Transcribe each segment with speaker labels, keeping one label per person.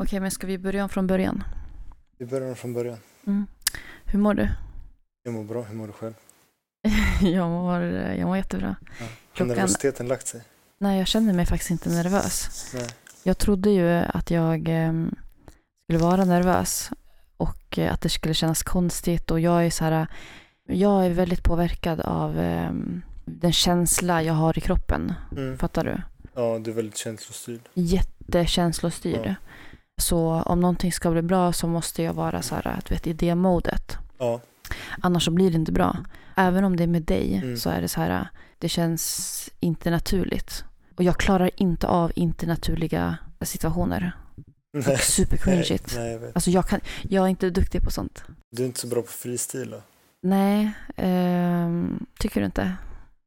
Speaker 1: Okej, men ska vi börja om från början?
Speaker 2: Vi börjar från början.
Speaker 1: Hur mår du?
Speaker 2: Jag mår bra, hur mår du själv?
Speaker 1: Jag mår, jag mår jättebra.
Speaker 2: Har
Speaker 1: Klockan-
Speaker 2: nervositeten lagt sig?
Speaker 1: Nej, jag känner mig faktiskt inte nervös.
Speaker 2: Nej.
Speaker 1: Jag trodde ju att jag ehm, skulle vara nervös och eh, att det skulle kännas konstigt och jag är så här, jag är väldigt påverkad av ehm, den känsla jag har i kroppen.
Speaker 2: Mm.
Speaker 1: Fattar du?
Speaker 2: Ja, du är väldigt känslostyrd.
Speaker 1: Jättekänslostyrd.
Speaker 2: Ja.
Speaker 1: Så om någonting ska bli bra så måste jag vara så här, du vet, i det modet.
Speaker 2: Ja,
Speaker 1: Annars så blir det inte bra. Även om det är med dig
Speaker 2: Mm.
Speaker 1: så är det så här, det känns inte naturligt. Och jag klarar inte av inte naturliga situationer.
Speaker 2: nej.
Speaker 1: Super
Speaker 2: Nej,
Speaker 1: cringeigt.
Speaker 2: nej, jag vet.
Speaker 1: Alltså jag, kan, jag är inte duktig på sånt.
Speaker 2: Du är inte så bra på freestyle då?
Speaker 1: Nej, ehm, tycker du inte?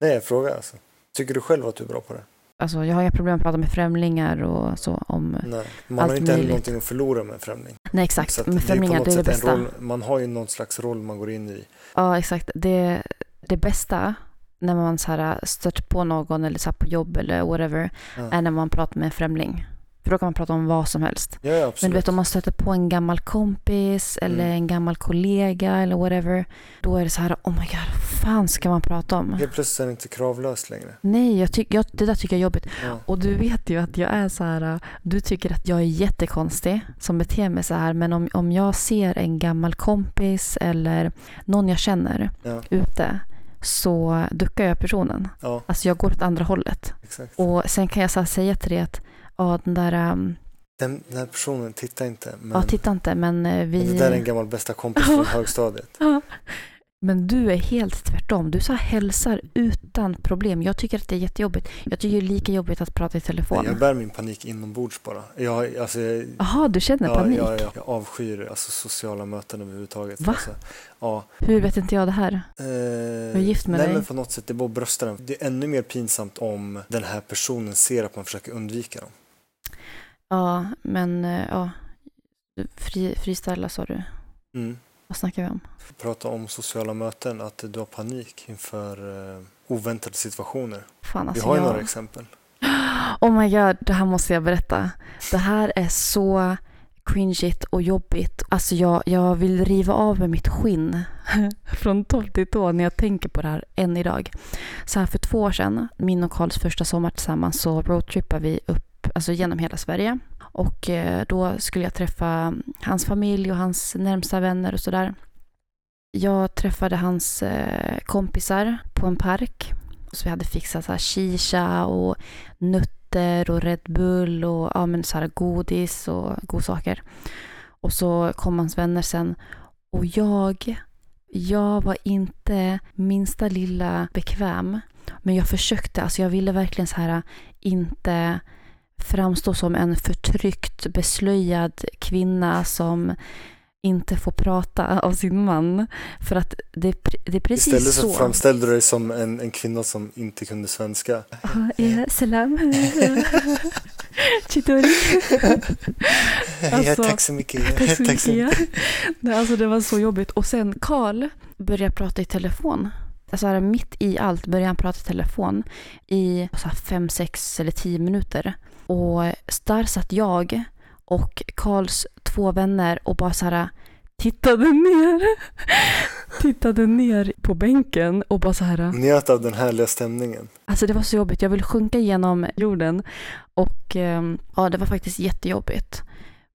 Speaker 2: Nej, jag frågar alltså. Tycker du själv att du är bra på det?
Speaker 1: Alltså jag har inga problem att prata med främlingar och så om...
Speaker 2: Nej.
Speaker 1: Mm.
Speaker 2: Man
Speaker 1: Allt
Speaker 2: har ju inte heller
Speaker 1: möjligt.
Speaker 2: någonting att förlora med en främling.
Speaker 1: Nej
Speaker 2: Så
Speaker 1: exakt,
Speaker 2: att
Speaker 1: med
Speaker 2: på
Speaker 1: främlingar
Speaker 2: något
Speaker 1: det är det
Speaker 2: sätt en
Speaker 1: bästa.
Speaker 2: Roll, man har ju någon slags roll man går in i.
Speaker 1: Ja exakt, det, det bästa när man så här stöter på någon eller så här på jobb eller whatever
Speaker 2: Ja.
Speaker 1: är när man pratar med en främling. För då kan man prata om vad som helst.
Speaker 2: Ja, ja
Speaker 1: Men
Speaker 2: absolut.
Speaker 1: du vet om man stöter på en gammal kompis eller
Speaker 2: Mm.
Speaker 1: en gammal kollega eller whatever. Då är det så här, oh my god, vad fan ska man prata om?
Speaker 2: Helt plötsligt är den inte kravlös längre.
Speaker 1: Nej, jag tyck, jag, det där tycker jag är jobbigt.
Speaker 2: Ja.
Speaker 1: Och du vet ju att jag är så här, äh, du tycker att jag är jättekonstig som beter mig så här. Men om, om jag ser en gammal kompis eller någon jag känner
Speaker 2: Ja.
Speaker 1: ute så duckar jag personen.
Speaker 2: ja,
Speaker 1: Alltså jag går åt andra hållet.
Speaker 2: exakt.
Speaker 1: Och sen kan jag så här säga till dig att, ja den där, ähm,
Speaker 2: Den, den här personen, titta inte. Men,
Speaker 1: ja titta inte men äh, vi...
Speaker 2: men det där är en gammal bästa kompis från högstadiet.
Speaker 1: Men du är helt tvärtom. Du så här hälsar utan problem. Jag tycker att det är jättejobbigt. Jag tycker det är lika jobbigt att prata i telefon.
Speaker 2: Jag bär min panik inombords bara. Jag, alltså, jag,
Speaker 1: Jaha, du känner panik?
Speaker 2: Ja, ja, jag avskyr alltså, sociala möten överhuvudtaget.
Speaker 1: Va?
Speaker 2: Alltså, ja.
Speaker 1: Hur vet inte jag det här?
Speaker 2: Eh,
Speaker 1: är gift med
Speaker 2: nej,
Speaker 1: dig.
Speaker 2: men på något sätt, det är bara att brösta den. Det är ännu mer pinsamt om den här personen ser att man försöker undvika dem.
Speaker 1: Ja, men eh, ja. Fri, friställa sa du.
Speaker 2: Mm.
Speaker 1: Vad snackar vi om?
Speaker 2: Prata om sociala möten, att du har panik inför eh, oväntade situationer.
Speaker 1: Fan alltså.
Speaker 2: Vi har ju
Speaker 1: jag...
Speaker 2: några exempel.
Speaker 1: Oh my god, det här måste jag berätta. Det här är så cringeigt och jobbigt. Alltså jag, jag vill riva av mig mitt skinn från topp till tå när jag tänker på det här än idag. Så här för två år sedan, min och Karls första sommar tillsammans, så roadtrippade vi upp, alltså genom hela Sverige. Och eh, då skulle jag träffa hans familj och hans närmsta vänner och sådär. Jag träffade hans eh, kompisar på en park. Så vi hade fixat så här shisha och nötter och Red Bull och ja, men så här godis och godsaker. Och så kom hans vänner sen och jag, jag var inte minsta lilla bekväm. Men jag försökte, alltså jag ville verkligen så här inte framstå som en förtryckt, beslöjad kvinna som inte får prata av sin man. För att det, är pre- det är precis
Speaker 2: Istället så,
Speaker 1: så.
Speaker 2: framställde du dig som en, en kvinna som inte kunde svenska.
Speaker 1: Ja, eh, Salam. Chitori.
Speaker 2: ja,
Speaker 1: Alltså,
Speaker 2: tack så mycket.
Speaker 1: Tack så
Speaker 2: Tack så mycket.
Speaker 1: mycket. Nej, alltså det var så jobbigt. Och sen Karl började prata i telefon. Alltså här, mitt i allt började han prata i telefon i så här, fem, sex eller tio minuter. Och där satt jag och Karls två vänner och bara så här tittade ner. tittade ner på bänken och bara så här.
Speaker 2: Njöt av den härliga stämningen.
Speaker 1: Alltså det var så jobbigt, jag ville sjunka genom jorden. Och ehm, ja, det var faktiskt jättejobbigt.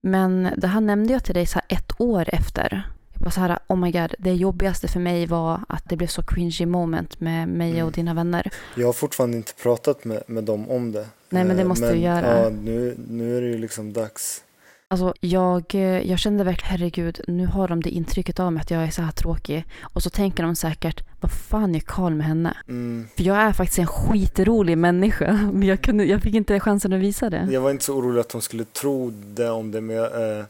Speaker 1: Men det här nämnde jag till dig så här ett år efter. Jag bara så här, oh my god, det jobbigaste för mig var att det blev så cringy moment med mig
Speaker 2: Mm.
Speaker 1: och dina vänner.
Speaker 2: Jag har fortfarande inte pratat med, med dem om det.
Speaker 1: Nej, men det
Speaker 2: Eh,
Speaker 1: måste du göra.
Speaker 2: Ja, nu, nu är det ju liksom dags.
Speaker 1: Alltså jag, eh, jag kände verkligen, herregud, nu har de det intrycket av mig att jag är så här tråkig. Och så tänker de säkert, vad fan är Karl med henne?
Speaker 2: Mm.
Speaker 1: För jag är faktiskt en skitrolig människa, men jag, kunde, jag fick inte chansen att visa det.
Speaker 2: Jag var inte så orolig att de skulle tro det om det, men jag, eh,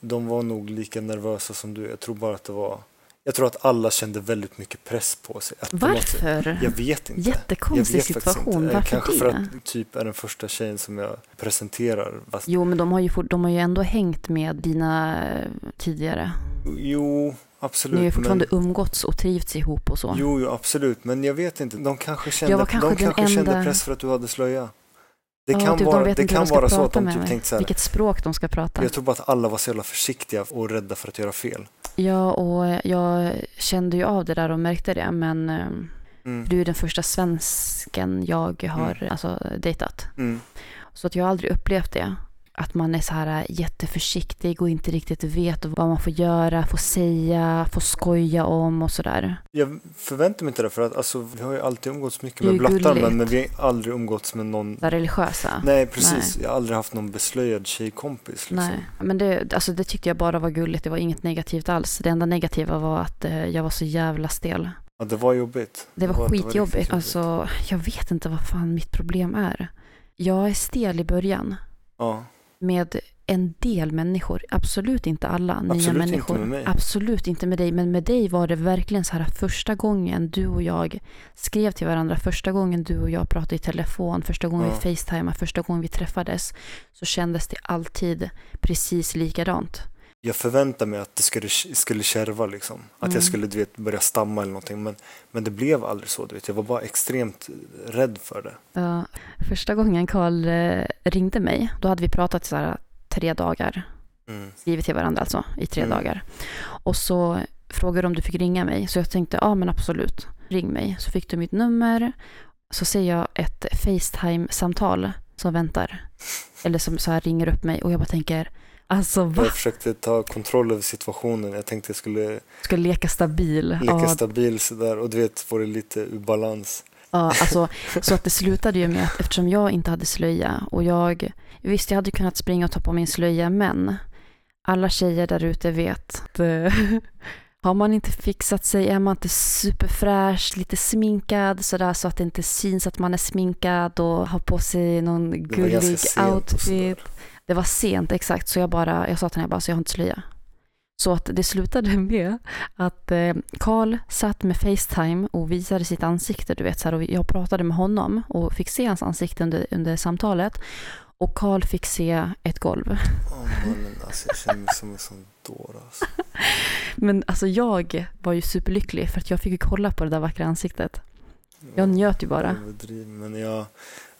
Speaker 2: de var nog lika nervösa som du. Jag tror bara att det var... Jag tror att alla kände väldigt mycket press på sig. Att de måste-
Speaker 1: Varför?
Speaker 2: Jag vet inte.
Speaker 1: Jättekonstig
Speaker 2: jag vet faktiskt
Speaker 1: situation.
Speaker 2: inte. Eh,
Speaker 1: Varför
Speaker 2: Kanske
Speaker 1: det?
Speaker 2: för att typ är den första tjejen som jag presenterar. Fast,
Speaker 1: Jo, men de har, ju fort, de har ju ändå hängt med dina eh, tidigare.
Speaker 2: jo,
Speaker 1: Ni har ju
Speaker 2: absolut.
Speaker 1: fortfarande umgåtts och trivts ihop och så.
Speaker 2: jo, jo, absolut. Men jag vet inte. De kanske kände,
Speaker 1: var kanske
Speaker 2: de
Speaker 1: den
Speaker 2: kanske kände
Speaker 1: enda-
Speaker 2: press för att du hade slöja. Det
Speaker 1: Ja,
Speaker 2: kan
Speaker 1: typ, de
Speaker 2: vara,
Speaker 1: vet
Speaker 2: det
Speaker 1: inte hur
Speaker 2: kan
Speaker 1: de ska
Speaker 2: vara så
Speaker 1: prata
Speaker 2: att de
Speaker 1: med
Speaker 2: typ
Speaker 1: mig.
Speaker 2: tänkte så här,
Speaker 1: Vilket språk de ska prata.
Speaker 2: jag tror bara att alla var så jävla försiktiga och rädda för att göra fel.
Speaker 1: Ja, och jag kände ju av det där och märkte det, men eh,
Speaker 2: Mm.
Speaker 1: du är den första svensken jag har alltså, dejtat.
Speaker 2: Mm.
Speaker 1: Så att jag har aldrig upplevt det. Att man är så här eh, jätteförsiktig och inte riktigt vet vad man får göra, får säga, får skoja om och sådär.
Speaker 2: Jag förväntar mig inte det för att alltså, vi har ju alltid umgåtts mycket
Speaker 1: Det är
Speaker 2: med
Speaker 1: ju
Speaker 2: blattar
Speaker 1: gulligt.
Speaker 2: men, men vi har aldrig umgåtts med någon.
Speaker 1: Det religiösa.
Speaker 2: Nej precis, jag har aldrig haft någon beslöjad tjejkompis. Liksom.
Speaker 1: Nej, men det, alltså det tyckte jag bara var gulligt. Det var inget negativt alls. Det enda negativa var att eh, jag var så jävla stel.
Speaker 2: Ja, det var jobbigt.
Speaker 1: Det var
Speaker 2: riktigt
Speaker 1: skitjobbigt. Alltså, jag vet inte vad fan mitt problem är. Jag är stel i början
Speaker 2: Ja.
Speaker 1: med en del människor. Absolut inte alla nya
Speaker 2: Absolut inte
Speaker 1: människor.
Speaker 2: med mig.
Speaker 1: Absolut inte med dig. Men med dig var det verkligen så här första gången du och jag skrev till varandra. Första gången du och jag pratade i telefon. Första gången
Speaker 2: Ja.
Speaker 1: vi facetimade. Första gången vi träffades. Så kändes det alltid precis likadant.
Speaker 2: Jag förväntade mig att det skulle, skulle kärva liksom. Att
Speaker 1: Mm.
Speaker 2: jag skulle du vet, börja stamma eller någonting. Men, men det blev aldrig så. Du vet. Jag var bara extremt rädd för det.
Speaker 1: Ja, första gången Karl eh, ringde mig, då hade vi pratat så här eh, tre dagar,
Speaker 2: Mm.
Speaker 1: skrivit till varandra alltså i tre
Speaker 2: Mm.
Speaker 1: dagar. Och så frågade de om du fick ringa mig, så jag tänkte ja men absolut, ring mig. Så fick du mitt nummer, så ser jag ett Facetime-samtal som väntar. Eller som så här ringer upp mig och jag bara tänker, alltså va?
Speaker 2: Jag försökte ta kontroll över situationen. Jag tänkte jag skulle
Speaker 1: Ska leka stabil?
Speaker 2: leka
Speaker 1: Ja,
Speaker 2: stabil sådär och du vet få det lite ur balans.
Speaker 1: Ja, alltså, så att det slutade ju med att eftersom jag inte hade slöja och jag, visst jag hade kunnat springa och ta på min slöja men alla tjejer där ute vet att eh, har man inte fixat sig, är man inte superfräsch, lite sminkad sådär så att det inte syns att man är sminkad och har på sig någon
Speaker 2: Det var ganska
Speaker 1: gullig
Speaker 2: sent och
Speaker 1: outfit.
Speaker 2: sådär.
Speaker 1: Det var sent, exakt. Så jag bara, jag sa till henne, jag bara, så jag har inte slöja. Så att det slutade med att eh, Carl satt med Facetime och visade sitt ansikte, du vet så här, och jag pratade med honom och fick se hans ansikte under, under samtalet. Och Carl fick se ett golv.
Speaker 2: Åh mannen, alltså jag känner mig som en sån dåre alltså.
Speaker 1: Men alltså jag var ju superlycklig för att jag fick ju kolla på det där vackra ansiktet. Jag njöt ju bara.
Speaker 2: Överdriv, Men jag,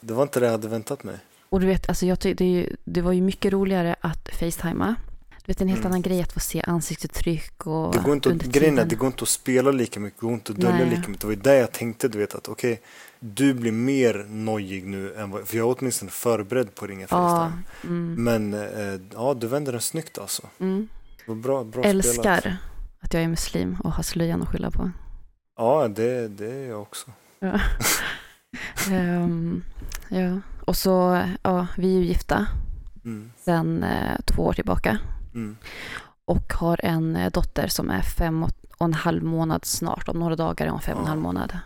Speaker 2: det var inte det jag hade väntat mig.
Speaker 1: Och du vet, alltså jag tyck, det, är ju- det var ju mycket roligare att Facetima. Du vet en helt
Speaker 2: Mm.
Speaker 1: annan grej att få se ansiktsuttryck och
Speaker 2: Det går inte att,
Speaker 1: under
Speaker 2: grejen är,
Speaker 1: tiden.
Speaker 2: att det går inte att spela lika mycket, det går inte att dölja
Speaker 1: Nej.
Speaker 2: lika mycket. Det var ju där jag tänkte, du vet att okej, du blir mer nojig nu än vad, för jag är åtminstone förberedd på att ringa
Speaker 1: Ja,
Speaker 2: Facetime.
Speaker 1: mm,
Speaker 2: Men eh, ja, du vänder den snyggt alltså.
Speaker 1: mm.
Speaker 2: Det var bra, bra spelat.
Speaker 1: Älskar att jag är muslim och har slöjan att skylla på.
Speaker 2: Ja, det, det är jag också.
Speaker 1: Ehm, ja. Och så, ja, vi är ju gifta
Speaker 2: Mm,
Speaker 1: sedan eh, två år tillbaka
Speaker 2: mm,
Speaker 1: och har en eh, dotter som är fem och och en halv månad snart. Om några dagar är hon fem och en
Speaker 2: Ja.
Speaker 1: halv månad.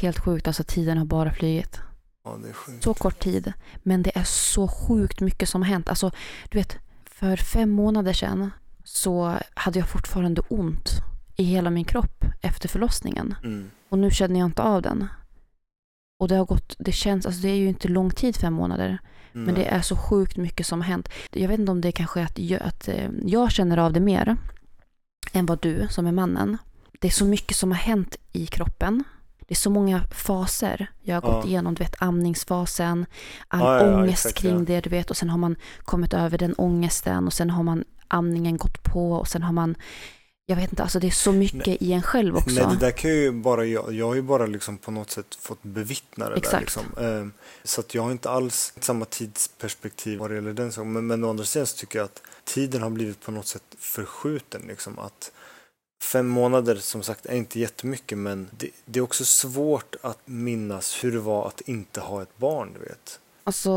Speaker 1: Helt sjukt, alltså tiden har bara flugit.
Speaker 2: ja, det är sjukt.
Speaker 1: så kort tid, men det är så sjukt mycket som har hänt. Alltså, du vet, för fem månader sedan så hade jag fortfarande ont i hela min kropp efter förlossningen
Speaker 2: Mm.
Speaker 1: och nu känner jag inte av den. Och det har gått, det känns, alltså det är ju inte lång tid, fem månader, men det är så sjukt mycket som har hänt. Jag vet inte om det kanske är att, jag- att eh, jag känner av det mer än vad du som är mannen. Det är så mycket som har hänt i kroppen. Det är så många faser jag har
Speaker 2: Ja.
Speaker 1: gått igenom. Du vet amningsfasen, all
Speaker 2: Ja, ja, ja,
Speaker 1: ångest
Speaker 2: exakt,
Speaker 1: kring
Speaker 2: ja.
Speaker 1: det du vet och sen har man kommit över den ångesten och sen har man amningen gått på och sen har man, jag vet inte, alltså det är så mycket i en själv också.
Speaker 2: Nej, det där kan ju bara jag, jag har ju bara liksom på något sätt fått bevittna det där.
Speaker 1: Exakt.
Speaker 2: Liksom. Ehm, Så att jag har inte alls samma tidsperspektiv vad det gäller den saken. Men, men å andra sidan så tycker jag att tiden har blivit på något sätt förskjuten. Liksom. Att fem månader som sagt är inte jättemycket men det, det är också svårt att minnas hur det var att inte ha ett barn. Du vet.
Speaker 1: Alltså,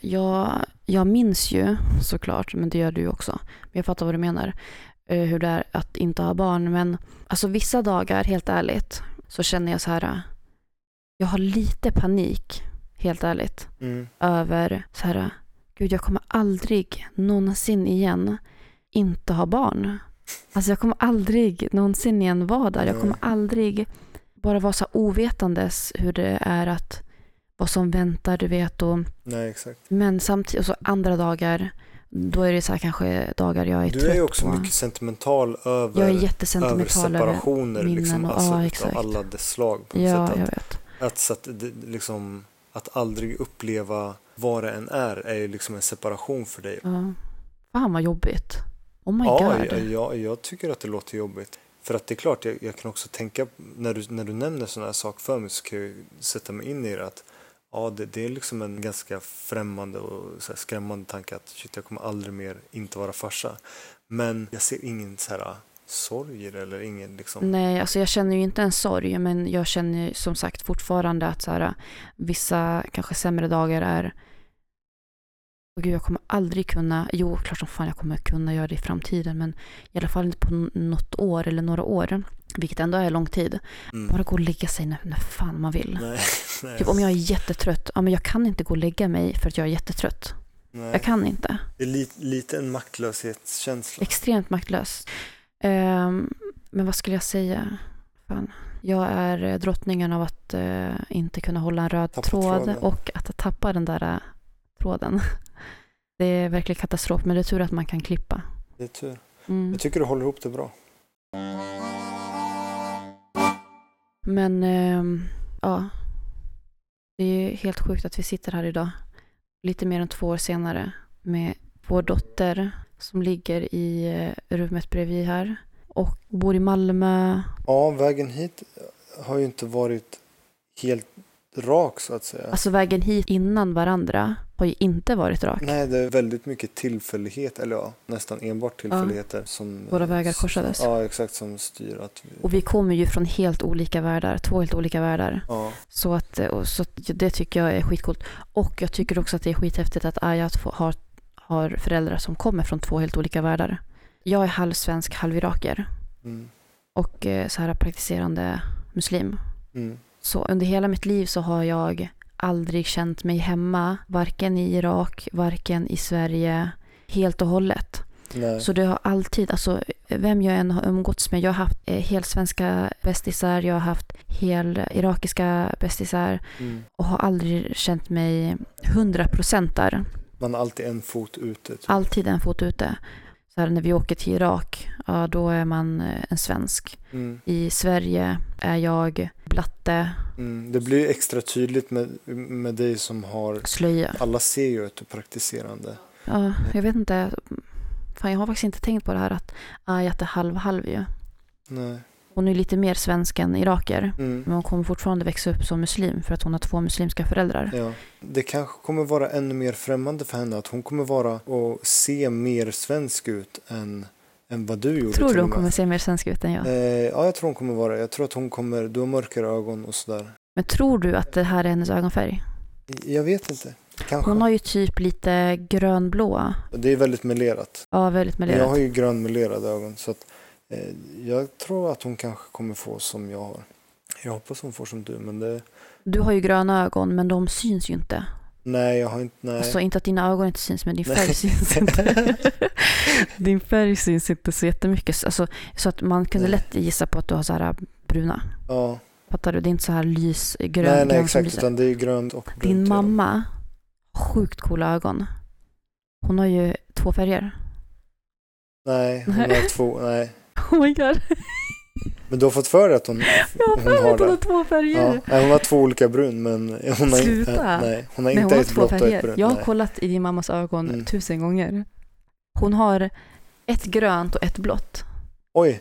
Speaker 1: jag, jag minns ju såklart, men det gör du ju också. Men jag fattar vad du menar. eh, Hur det är att inte ha barn. Men alltså vissa dagar, helt ärligt, så känner jag så här. eh, Jag har lite panik, helt ärligt,
Speaker 2: Mm.
Speaker 1: över så här. eh, Gud, jag kommer aldrig någonsin igen inte ha barn. Alltså jag kommer aldrig någonsin igen vara där. Jag kommer
Speaker 2: Nej.
Speaker 1: aldrig bara vara så här ovetandes hur det är att vad som väntar, du vet. Och
Speaker 2: Nej, exakt.
Speaker 1: men samtidigt, och så andra dagar, då är det så här kanske dagar jag är
Speaker 2: Du
Speaker 1: trött
Speaker 2: är ju också
Speaker 1: på.
Speaker 2: mycket sentimental över,
Speaker 1: jag är
Speaker 2: över
Speaker 1: jättesentimental över
Speaker 2: separationer.
Speaker 1: minnen
Speaker 2: Liksom,
Speaker 1: och-
Speaker 2: alltså,
Speaker 1: ja,
Speaker 2: utav
Speaker 1: exakt.
Speaker 2: alla dess slag. På något
Speaker 1: Ja,
Speaker 2: sätt, att
Speaker 1: jag vet.
Speaker 2: Att, så att, det, liksom, att aldrig uppleva vad det än är, är ju liksom en separation för dig.
Speaker 1: Ja. Fan vad jobbigt. Oh my
Speaker 2: ja,
Speaker 1: god.
Speaker 2: jag, jag, jag tycker att det låter jobbigt. För att det är klart, jag, jag kan också tänka, när du, när du nämner sådana här saker för mig så kan jag ju sätta mig in i det att ja, det, det är liksom en ganska främmande och så här skrämmande tanke att shit, jag kommer aldrig mer inte vara farsa. Men jag ser ingen så här sorg i det eller ingen liksom,
Speaker 1: Nej, alltså jag känner ju inte en sorg, men jag känner ju som sagt fortfarande att så här, vissa kanske sämre dagar är... Och gud, jag kommer aldrig kunna... Jo, klart som fan jag kommer kunna göra det i framtiden, men i alla fall inte på n- något år eller några år, vilket ändå är lång tid.
Speaker 2: mm,
Speaker 1: Bara gå och lägga sig när, när fan man vill.
Speaker 2: nej, nej,
Speaker 1: Typ om jag är jättetrött, ja men jag kan inte gå och lägga mig för att jag är jättetrött.
Speaker 2: nej.
Speaker 1: Jag kan inte.
Speaker 2: Det är li, lite en maktlöshetskänsla.
Speaker 1: Extremt maktlös. Ehm, men vad skulle jag säga? Fan. Jag är eh, drottningen av att eh, inte kunna hålla en röd
Speaker 2: Tappa
Speaker 1: tråd
Speaker 2: tråden.
Speaker 1: och att tappa den där eh, tråden. Det är verkligen katastrof, men det är tur att man kan klippa.
Speaker 2: Det är tur.
Speaker 1: Mm.
Speaker 2: Jag tycker du håller ihop det bra.
Speaker 1: Men ehm, ja, det är ju helt sjukt att vi sitter här idag, lite mer än två år senare, med vår dotter som ligger i eh, rummet bredvid här och bor i Malmö.
Speaker 2: Ja, vägen hit har ju inte varit helt rak så att säga.
Speaker 1: Alltså vägen hit innan varandra har ju inte varit rak.
Speaker 2: Nej, det är väldigt mycket tillfällighet, eller ja, nästan enbart tillfälligheter som...
Speaker 1: Våra vägar korsades.
Speaker 2: Ja, exakt, som styr att... Vi,
Speaker 1: Och vi kommer ju från helt olika världar, två helt olika världar.
Speaker 2: ja,
Speaker 1: Så, att, eh, och så att det tycker jag är skitcoolt. Och jag tycker också att det är skithäftigt att Aya t- har, har föräldrar som kommer från två helt olika världar. Jag är halvsvensk, halviraker
Speaker 2: mm,
Speaker 1: och eh, så här praktiserande muslim.
Speaker 2: mm,
Speaker 1: Så under hela mitt liv så har jag aldrig känt mig hemma, varken i Irak, varken i Sverige, helt och hållet.
Speaker 2: nej,
Speaker 1: Så det har alltid, alltså vem jag än har umgåtts med, jag har haft eh, helsvenska bästisar, jag har haft hel irakiska bästisar
Speaker 2: mm.
Speaker 1: och har aldrig känt mig hundra procent där.
Speaker 2: Man har alltid en fot ute. Typ.
Speaker 1: Alltid en fot ute. Så här, när vi åker till Irak, ja, då är man eh, en svensk.
Speaker 2: Mm,
Speaker 1: I Sverige är jag blatte,
Speaker 2: mm. Det blir ju extra tydligt med, med dig som har...
Speaker 1: slöja.
Speaker 2: Alla ser ju att du är praktiserande.
Speaker 1: Ja, jag vet inte, fan jag har faktiskt inte tänkt på det här att Ayat är halv-halv ju.
Speaker 2: Nej.
Speaker 1: Hon är lite mer svensk än iraker.
Speaker 2: Mm.
Speaker 1: Men hon kommer fortfarande växa upp som muslim för att hon har två muslimska föräldrar.
Speaker 2: Ja. Det kanske kommer vara ännu mer främmande för henne att hon kommer vara och se mer svensk ut än, än vad du gjorde.
Speaker 1: Tror
Speaker 2: till
Speaker 1: du
Speaker 2: och
Speaker 1: hon
Speaker 2: med.
Speaker 1: kommer se mer svensk ut än jag?
Speaker 2: Eh, ja, jag tror hon kommer vara det. Jag tror att hon kommer, du har mörkare ögon och sådär.
Speaker 1: Men tror du att det här är hennes ögonfärg?
Speaker 2: Jag vet inte. Kanske.
Speaker 1: Hon har ju typ lite grönblåa.
Speaker 2: Det är väldigt melerat.
Speaker 1: Ja, väldigt
Speaker 2: Men Jag
Speaker 1: melerat.
Speaker 2: har ju grönmelerade ögon så att eh, jag tror att hon kanske kommer få som jag har. Jag hoppas hon får som du men det...
Speaker 1: Du har ju gröna ögon men de syns ju inte.
Speaker 2: Nej, jag har inte... Nej.
Speaker 1: Alltså inte att dina ögon inte syns men din
Speaker 2: Nej.
Speaker 1: färg syns inte. din färg syns inte så jättemycket. Alltså, så att man kunde
Speaker 2: Nej.
Speaker 1: lätt gissa på att du har så här äh, bruna.
Speaker 2: ja.
Speaker 1: Fattar du? Det är inte så här lysgrön.
Speaker 2: nej, nej
Speaker 1: grön som
Speaker 2: exakt.
Speaker 1: lyser.
Speaker 2: Utan det är ju grönt och brunt.
Speaker 1: Din
Speaker 2: redan.
Speaker 1: mamma har sjukt coola ögon. Hon har ju två färger.
Speaker 2: Nej, hon
Speaker 1: Nej.
Speaker 2: har två. Nej.
Speaker 1: Oh my god.
Speaker 2: Men du har fått för dig att hon,
Speaker 1: Jag har
Speaker 2: hon
Speaker 1: för mig
Speaker 2: har
Speaker 1: att hon har typ
Speaker 2: det.
Speaker 1: två
Speaker 2: Ja,
Speaker 1: färger.
Speaker 2: nej, hon har två olika brun men hon har,
Speaker 1: Sluta.
Speaker 2: nej, hon har
Speaker 1: Nej, hon
Speaker 2: inte
Speaker 1: har
Speaker 2: ett
Speaker 1: två
Speaker 2: blått och ett
Speaker 1: färger.
Speaker 2: brunt.
Speaker 1: Jag har
Speaker 2: nej.
Speaker 1: kollat i din mammas ögon
Speaker 2: Mm.
Speaker 1: tusen gånger. Hon har ett grönt och ett blått.
Speaker 2: Oj,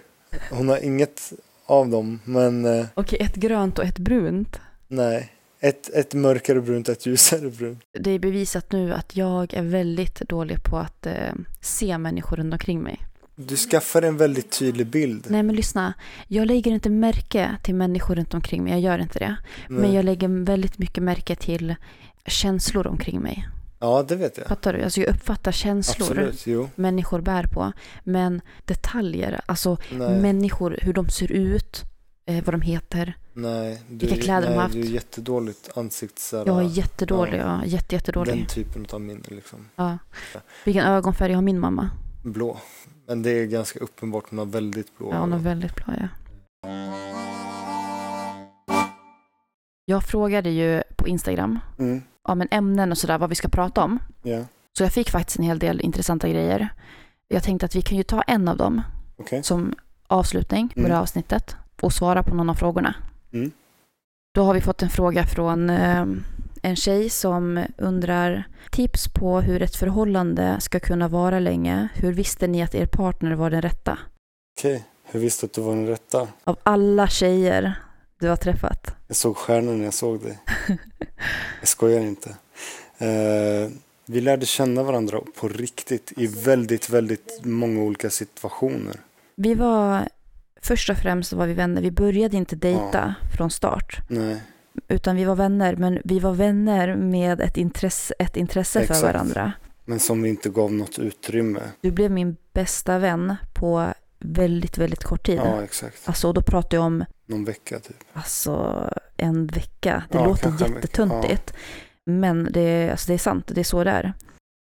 Speaker 2: hon har inget av dem, men eh,
Speaker 1: Okej, ett grönt och ett brunt.
Speaker 2: nej. Ett, ett mörkare brunt, ett ljusare brunt.
Speaker 1: Det är bevisat nu att jag är väldigt dålig på att eh, se människor runt omkring mig.
Speaker 2: Du skaffar en väldigt tydlig bild.
Speaker 1: Nej men lyssna, jag lägger inte märke till människor runt omkring mig, jag gör inte det. Men
Speaker 2: Nej.
Speaker 1: jag lägger väldigt mycket märke till känslor omkring mig.
Speaker 2: Ja, det vet jag.
Speaker 1: Fattar du? Alltså jag uppfattar känslor
Speaker 2: Absolut, jo.
Speaker 1: människor bär på. Men detaljer, alltså
Speaker 2: Nej,
Speaker 1: människor, hur de ser ut, eh, vad de heter.
Speaker 2: nej. Du,
Speaker 1: Vilka kläder de
Speaker 2: nej,
Speaker 1: har haft.
Speaker 2: Du är jättedåligt ansikts... så här,
Speaker 1: Jag är jättedålig, ja. jätte,
Speaker 2: Den
Speaker 1: jättedålig.
Speaker 2: typen av minne liksom.
Speaker 1: Ja. Vilken ögonfärg har min mamma?
Speaker 2: Blå. Men det är ganska uppenbart, hon har väldigt blå
Speaker 1: Ja, hon har
Speaker 2: ögon.
Speaker 1: väldigt blå ja. Jag frågade ju på Instagram
Speaker 2: Mm,
Speaker 1: ja, men ämnen och sådär, vad vi ska prata om.
Speaker 2: ja.
Speaker 1: Så jag fick faktiskt en hel del intressanta grejer. Jag tänkte att vi kan ju ta en av dem
Speaker 2: Okej.
Speaker 1: som avslutning på
Speaker 2: Mm.
Speaker 1: det här avsnittet och svara på någon av frågorna.
Speaker 2: Mm.
Speaker 1: Då har vi fått en fråga från eh, En tjej som undrar tips på hur ett förhållande ska kunna vara länge. Hur visste ni att er partner var den rätta?
Speaker 2: Okej, hur visste du att du var den rätta?
Speaker 1: Av alla tjejer du har träffat.
Speaker 2: Jag såg stjärnor när jag såg dig. Jag skojar inte. Eh, vi lärde känna varandra på riktigt i väldigt, väldigt många olika situationer.
Speaker 1: Vi var, först och främst var vi vänner. Vi började inte dejta från start.
Speaker 2: Nej,
Speaker 1: Utan vi var vänner, men vi var vänner med ett intresse, ett intresse
Speaker 2: Exakt.
Speaker 1: för varandra.
Speaker 2: men som vi inte gav något utrymme.
Speaker 1: Du blev min bästa vän på väldigt, väldigt kort tid.
Speaker 2: Ja, exakt.
Speaker 1: Alltså, och då pratar jag om
Speaker 2: Någon vecka typ.
Speaker 1: alltså, en vecka. Det
Speaker 2: Ja, kanske
Speaker 1: låter
Speaker 2: en vecka.
Speaker 1: jättetöntigt. Men det, alltså, det är sant, det är så det är.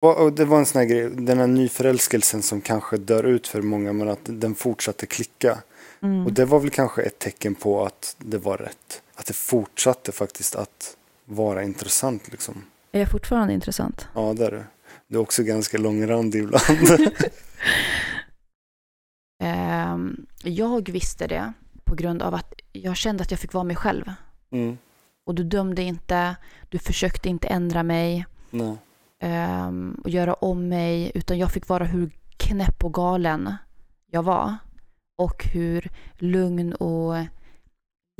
Speaker 2: Och- och Det var en sån här grej, den här nyförälskelsen som kanske dör ut för många, men att den fortsatte klicka.
Speaker 1: Mm.
Speaker 2: Och det var väl kanske ett tecken på att det var rätt. Att det fortsatte faktiskt att vara intressant liksom.
Speaker 1: Är jag fortfarande intressant?
Speaker 2: Ja, det är det. Det är också ganska långrandig ibland.
Speaker 1: Ehm, jag visste det på grund av att jag kände att jag fick vara mig själv.
Speaker 2: mm.
Speaker 1: Och du dömde inte, du försökte inte ändra mig
Speaker 2: Nej.
Speaker 1: ehm, och göra om mig, utan jag fick vara hur knäpp och galen jag var. Och hur lugn och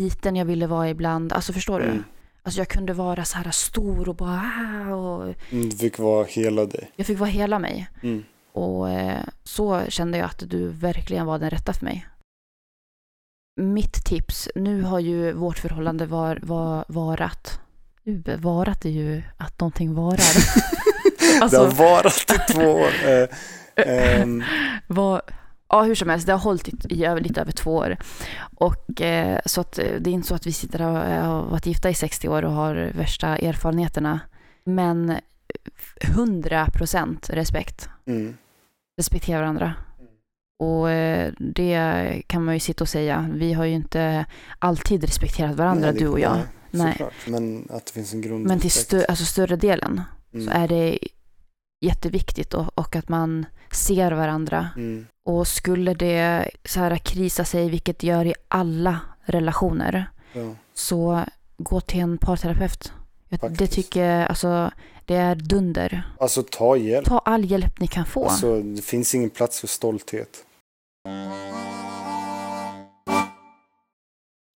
Speaker 1: liten jag ville vara ibland. Alltså förstår du?
Speaker 2: Mm.
Speaker 1: Alltså jag kunde vara så här stor och bara "Ah", och
Speaker 2: Mm, Du fick vara hela dig.
Speaker 1: Jag fick vara hela mig.
Speaker 2: Mm.
Speaker 1: Och eh, så kände jag att du verkligen var den rätta för mig. Mitt tips, nu har ju vårt förhållande var, var, varat. Gud, Varat är ju att någonting varar.
Speaker 2: det
Speaker 1: alltså,
Speaker 2: har varat i två år. Eh, ehm,
Speaker 1: var, ja, hur som helst, det har hållit i, i över, lite över två år. Och, eh, så att, eh, det är inte så att vi sitter och eh, har varit gifta i 60 år och har värsta erfarenheterna. Men 100% respekt.
Speaker 2: mm.
Speaker 1: respektera varandra. Och eh, det kan man ju sitta och säga. Vi har ju inte alltid respekterat varandra,
Speaker 2: Nej, det-
Speaker 1: du och jag.
Speaker 2: Nej,
Speaker 1: Nej.
Speaker 2: såklart. Men att det finns en grund. Mm.
Speaker 1: Men till stö- alltså större delen så är det jätteviktigt och, och att man ser varandra.
Speaker 2: Mm.
Speaker 1: Och skulle det så här krisa sig, vilket det gör i alla relationer,
Speaker 2: Ja.
Speaker 1: så gå till en parterapeut. Jag- Det
Speaker 2: Faktiskt.
Speaker 1: tycker jag, alltså, det är dunder.
Speaker 2: Alltså ta hjälp.
Speaker 1: Ta all hjälp ni kan få.
Speaker 2: Alltså, det finns ingen plats för stolthet.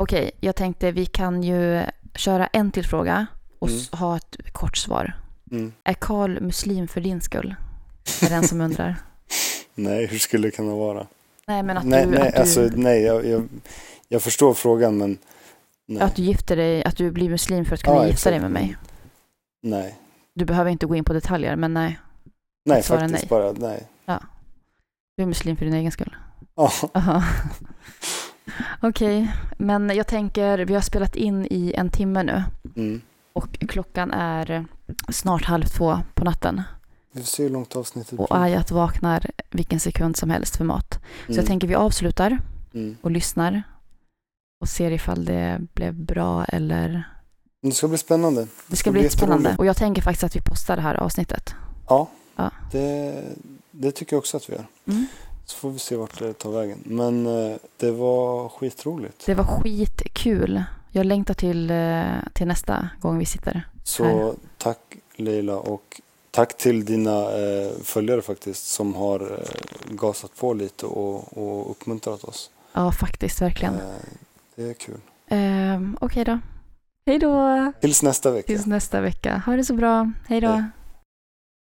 Speaker 1: Okej, jag tänkte vi kan ju köra en till fråga och s- ha ett kort svar.
Speaker 2: Mm.
Speaker 1: Är Karl muslim för din skull? Är den som undrar.
Speaker 2: Nej, hur skulle det kunna vara?
Speaker 1: Nej, men att
Speaker 2: nej,
Speaker 1: du,
Speaker 2: nej,
Speaker 1: att du,
Speaker 2: alltså, nej jag, jag, jag förstår frågan, men nej.
Speaker 1: att du gifter dig, att du blir muslim för att kunna
Speaker 2: Ja,
Speaker 1: gifta dig
Speaker 2: exakt.
Speaker 1: med mig.
Speaker 2: nej.
Speaker 1: Du behöver inte gå in på detaljer, men nej,
Speaker 2: Nej,
Speaker 1: att svara
Speaker 2: faktiskt
Speaker 1: nej.
Speaker 2: bara nej.
Speaker 1: du är muslim för din egen skull.
Speaker 2: Ja,
Speaker 1: Aha. Okej, men jag tänker, vi har spelat in i en timme nu
Speaker 2: mm.
Speaker 1: och klockan är snart halv två på natten
Speaker 2: Vi får se hur långt avsnittet
Speaker 1: och Ayat vaknar vilken sekund som helst för mat. Så jag tänker vi avslutar.
Speaker 2: Mm.
Speaker 1: och lyssnar och ser ifall det blev bra eller...
Speaker 2: Det ska bli spännande.
Speaker 1: Det ska
Speaker 2: ska
Speaker 1: bli
Speaker 2: bli
Speaker 1: spännande.
Speaker 2: jätteroligt.
Speaker 1: Och jag tänker faktiskt att vi postar det här avsnittet.
Speaker 2: Ja,
Speaker 1: Ja.
Speaker 2: Det, det tycker jag också att vi gör.
Speaker 1: Mm.
Speaker 2: Så får vi se vart det tar vägen. Men eh, det var skitroligt.
Speaker 1: Det var skitkul. Jag längtar till, eh, till nästa gång vi sitter.
Speaker 2: Så tack Leila och tack till dina eh, följare faktiskt som har eh, gasat på lite och, och uppmuntrat oss.
Speaker 1: Ja, faktiskt, verkligen.
Speaker 2: Eh, det är kul.
Speaker 1: Ehm, Okej då. Hej då!
Speaker 2: Tills nästa vecka.
Speaker 1: Tills nästa vecka. Ha det så bra. Hej då!
Speaker 2: Hej.